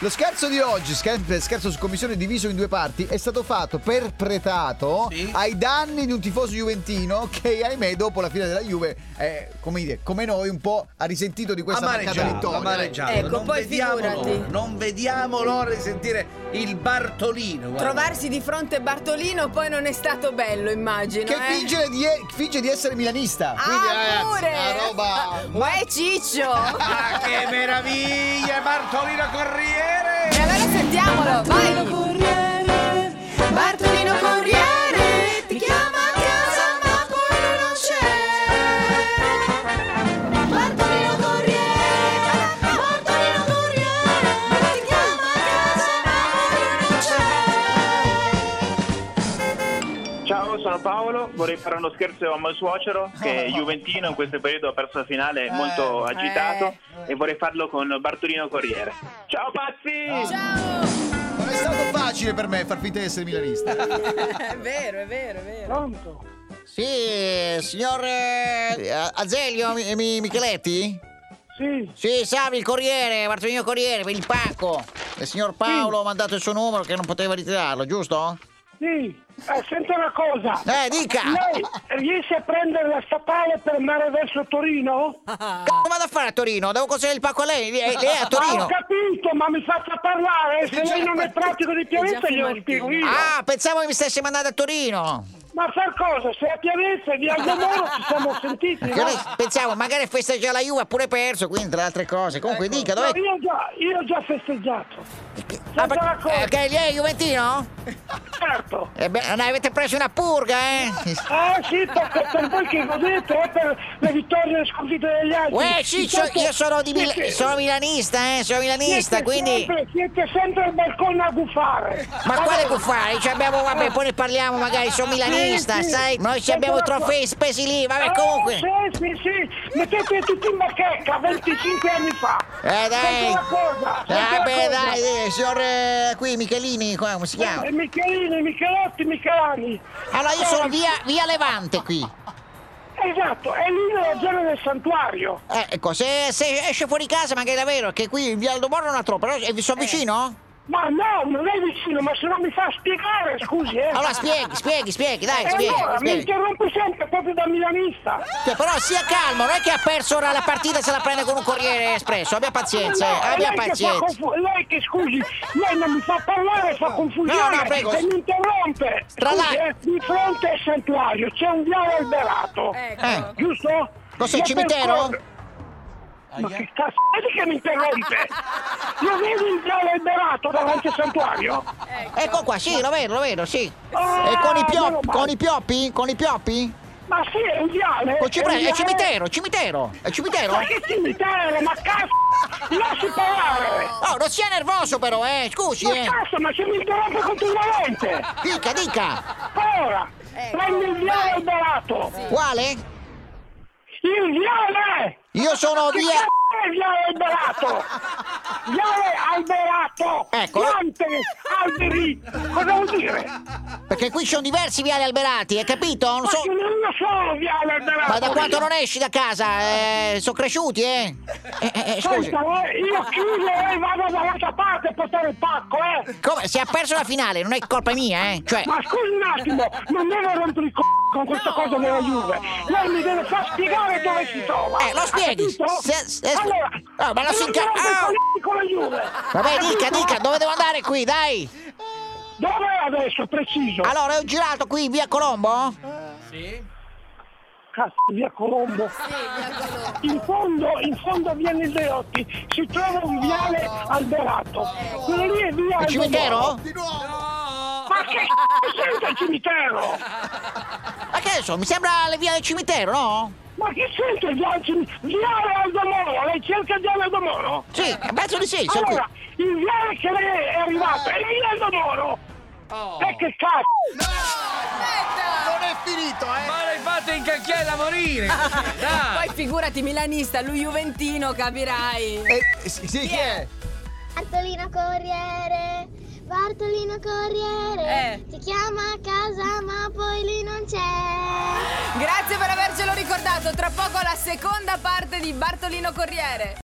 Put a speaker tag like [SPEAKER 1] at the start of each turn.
[SPEAKER 1] Lo scherzo di oggi, scher- scherzo su commissione diviso in due parti, è stato fatto perpetrato
[SPEAKER 2] Sì.
[SPEAKER 1] ai danni di un tifoso juventino che, ahimè, dopo la fine della Juve, eh, come, dire, come noi, un po' ha risentito di questa mancata
[SPEAKER 2] amareggiato,
[SPEAKER 1] vittoria.
[SPEAKER 2] amareggiato.
[SPEAKER 3] Ecco,
[SPEAKER 2] non
[SPEAKER 3] poi
[SPEAKER 2] vediamo
[SPEAKER 3] figurati.
[SPEAKER 2] l'ora, non vediamo l'ora di sentire il Bartolino. guarda.
[SPEAKER 3] Trovarsi di fronte Bartolino poi non è stato bello, immagino.
[SPEAKER 1] Che
[SPEAKER 3] eh?
[SPEAKER 1] finge di, e- finge di essere milanista. Quindi,
[SPEAKER 3] Ah,
[SPEAKER 1] ragazzi,
[SPEAKER 3] pure!
[SPEAKER 1] una roba.
[SPEAKER 3] Eh, Ma è ciccio!
[SPEAKER 2] Ah, che meraviglia, Bartolino Corriere!
[SPEAKER 3] e allora sentiamolo, vai!
[SPEAKER 4] Corriere,
[SPEAKER 3] Bartolino Corriere, ti chiama a casa, ma
[SPEAKER 4] poi lui non c'è. Bartolino Corriere, Bartolino Corriere, ti chiama a casa, ma poi lui non c'è.
[SPEAKER 5] Ciao, sono Paolo, vorrei fare uno scherzo a mio suocero che è Juventino, in questo periodo ha perso la finale, è molto
[SPEAKER 3] eh.
[SPEAKER 5] agitato e vorrei farlo con Bartolino Corriere. Ciao pazzi!
[SPEAKER 3] Ciao!
[SPEAKER 1] Non è stato facile per me far finta di essere milanista.
[SPEAKER 3] È vero, è vero, è vero.
[SPEAKER 6] Sì, signor eh, Azeglio Mi- Mi- Micheletti? Sì. Sì, salve, il Corriere, Bartolino Corriere, per il pacco. Il signor Paolo ha mandato il suo numero che non poteva ritirarlo, giusto?
[SPEAKER 7] Sì, eh, senta una cosa.
[SPEAKER 6] Eh, dica!
[SPEAKER 7] Lei riesce a prendere la statale per andare verso Torino?
[SPEAKER 6] Cosa vado a fare a Torino? Devo consegnare il pacco a lei, lei lei è a
[SPEAKER 7] Ah, Ho
[SPEAKER 6] Torino.
[SPEAKER 7] capito, ma mi faccia parlare. eh, Se lei non è pratico di Piavenza, glielo spiego io.
[SPEAKER 6] Ah, pensavo che mi stesse mandando a Torino.
[SPEAKER 7] Ma far cosa? Se a Piavenza e via Aldomoro ci siamo sentiti, no?
[SPEAKER 6] Che Ecco, lei- pensavo, magari festeggia la Juve, ha pure perso, quindi tra le altre cose. Comunque, dica, dov'è?
[SPEAKER 7] Ecco. No, io, ho già, io ho già festeggiato.
[SPEAKER 6] Ah,
[SPEAKER 7] senta una cosa.
[SPEAKER 6] eh, che lei è Juventino?
[SPEAKER 7] Certo.
[SPEAKER 6] Eh beh, ne avete preso una purga, eh?
[SPEAKER 7] Ah sì, perché per voi che godete eh, per le vittorie e le sconfitte degli altri. Diciamo
[SPEAKER 6] Uè, Ciccio,
[SPEAKER 7] Intanto
[SPEAKER 6] io sono, di Mil-
[SPEAKER 7] siete-
[SPEAKER 6] sono milanista, eh, sono milanista,
[SPEAKER 7] siete
[SPEAKER 6] quindi...
[SPEAKER 7] sempre- siete sempre al balcone a guffare.
[SPEAKER 6] Ma quale cuffare? Ci abbiamo, vabbè, poi ne parliamo magari, sono milanista,
[SPEAKER 7] Sì, sì.
[SPEAKER 6] sai? Noi ci abbiamo
[SPEAKER 7] Ancora qua.
[SPEAKER 6] trofei spesi lì, vabbè,
[SPEAKER 7] Eh,
[SPEAKER 6] comunque...
[SPEAKER 7] sì, sì, sì, mettete tutti in bacheca 25 anni fa.
[SPEAKER 6] Eh, dai!
[SPEAKER 7] Senti una cosa, senti una
[SPEAKER 6] Vabbè,
[SPEAKER 7] cosa.
[SPEAKER 6] dai, eh, signor... eh, qui, Michelini, qua, come si chiama?
[SPEAKER 7] Eh, Michelini, Michelotti, Michelani.
[SPEAKER 6] Allora, io
[SPEAKER 7] Eh,
[SPEAKER 6] sono via, via Levante, qui.
[SPEAKER 7] Esatto, è lì nella zona del santuario.
[SPEAKER 6] Eh, ecco, se, se esce fuori casa, magari è vero, che qui in via Aldomoro non ha troppo, però eh, vi sono vicino?
[SPEAKER 7] Ma no, non è vicino, ma se non mi fa spiegare, scusi, eh.
[SPEAKER 6] Allora spieghi, spieghi, spieghi, dai,
[SPEAKER 7] E
[SPEAKER 6] spieghi,
[SPEAKER 7] allora, mi
[SPEAKER 6] spieghi.
[SPEAKER 7] interrompe sempre proprio da milanista.
[SPEAKER 6] Cioè, però sia calmo, non è che ha perso ora la partita e se la prende con un Corriere Espresso. Abbia pazienza,
[SPEAKER 7] No,
[SPEAKER 6] eh,
[SPEAKER 7] è
[SPEAKER 6] abbia
[SPEAKER 7] lei che fa
[SPEAKER 6] pazienza.
[SPEAKER 7] confu- lei che scusi, lei non mi fa parlare, fa confusione
[SPEAKER 6] No, no, prego.
[SPEAKER 7] e mi interrompe.
[SPEAKER 6] Tra
[SPEAKER 7] Scusi,
[SPEAKER 6] l'al-
[SPEAKER 7] eh, di fronte al santuario c'è un viale alberato.
[SPEAKER 3] Ecco.
[SPEAKER 1] Eh.
[SPEAKER 7] Giusto?
[SPEAKER 6] Cos'è, il
[SPEAKER 7] Lo
[SPEAKER 6] cimitero?
[SPEAKER 7] percorre- Ma che cazzo, vedi che mi interrompe? Io vedo il viale alberato davanti al santuario.
[SPEAKER 6] Ecco qua, sì, lo vedo, lo vedo, sì.
[SPEAKER 7] Ah,
[SPEAKER 6] e con i, piop-
[SPEAKER 7] meno male.
[SPEAKER 6] con i pioppi? Con i pioppi?
[SPEAKER 7] Ma sì, è un viale.
[SPEAKER 6] Con ci
[SPEAKER 7] un
[SPEAKER 6] pre- è
[SPEAKER 7] viale-
[SPEAKER 6] cimitero, cimitero, è cimitero.
[SPEAKER 7] Ma che cimitero, ma cazzo, lasci parlare.
[SPEAKER 6] Oh, non sia nervoso però, eh, scusi,
[SPEAKER 7] Ma
[SPEAKER 6] eh.
[SPEAKER 7] cazzo, ma se mi interrompe continuamente.
[SPEAKER 6] Dica, dica.
[SPEAKER 7] Ora,
[SPEAKER 3] Ecco,
[SPEAKER 7] prendi il viale alberato.
[SPEAKER 6] Quale?
[SPEAKER 7] Il viale!
[SPEAKER 6] Io sono
[SPEAKER 7] Che
[SPEAKER 6] via...
[SPEAKER 7] cazzo è il viale alberato? Viale alberato!
[SPEAKER 6] Ecco.
[SPEAKER 7] Piante, alberi! Cosa vuol dire?
[SPEAKER 6] Perché qui ci sono diversi viali alberati, hai capito? Non
[SPEAKER 7] Ma
[SPEAKER 6] so...
[SPEAKER 7] che non lo so, viale alberato!
[SPEAKER 6] Ma da quanto non esci da casa? Eh, sono cresciuti, eh. Eh, eh, eh, scusi.
[SPEAKER 7] Senta, eh, io chiudo e vado dall'altra parte a portare il pacco, eh!
[SPEAKER 6] Come? Se ha perso la finale, non è colpa mia, eh? Cioè,
[SPEAKER 7] Ma scusi un attimo, non devo rompere il c***o con questa cosa della Juve! Lei mi deve far spiegare dove si trova!
[SPEAKER 6] Eh, lo
[SPEAKER 7] Ha
[SPEAKER 6] spieghi.
[SPEAKER 7] capito?
[SPEAKER 6] Se- se-
[SPEAKER 7] Allora,
[SPEAKER 6] Ah, ma la
[SPEAKER 7] se
[SPEAKER 6] si
[SPEAKER 7] non
[SPEAKER 6] inca-
[SPEAKER 7] rompe il
[SPEAKER 6] Ah!
[SPEAKER 7] c***o con la Juve!
[SPEAKER 6] vabbè, dica,
[SPEAKER 7] Capito?
[SPEAKER 6] dica, dove devo andare qui, dai?
[SPEAKER 7] Dov'è adesso, preciso?
[SPEAKER 6] Allora, ho girato qui, via Colombo?
[SPEAKER 2] Sì?
[SPEAKER 7] Cazzo, via Colombo. In fondo, in fondo a via Niseotti si trova un viale alberato. Quello lì è via
[SPEAKER 6] Il
[SPEAKER 7] Aldomoro.
[SPEAKER 6] Ecco. cimitero?
[SPEAKER 7] Ma che c***o c'entra il cimitero?
[SPEAKER 6] Ma che ne so, mi sembra le vie del cimitero, no?
[SPEAKER 7] Ma che c'entra il viale cimitero? Viale Aldomoro, lei cerca il viale Aldomoro?
[SPEAKER 6] Sì, penso di sì, sono qui. Ah.
[SPEAKER 7] Allora, il viale che lei è arrivato è via Aldomoro.
[SPEAKER 6] Oh.
[SPEAKER 7] E che cazzo?
[SPEAKER 1] Non è finito, eh!
[SPEAKER 2] Ma l'hai fatto incacchiare da morire!
[SPEAKER 3] Poi
[SPEAKER 2] Dai!
[SPEAKER 3] figurati milanista, lui juventino, capirai.
[SPEAKER 1] Eh, sì, sì, chi è?
[SPEAKER 4] Bartolino Corriere, Bartolino Corriere,
[SPEAKER 3] Eh.
[SPEAKER 4] ti chiama a casa ma poi lui non c'è.
[SPEAKER 3] Grazie per avercelo ricordato. Tra poco la seconda parte di Bartolino Corriere.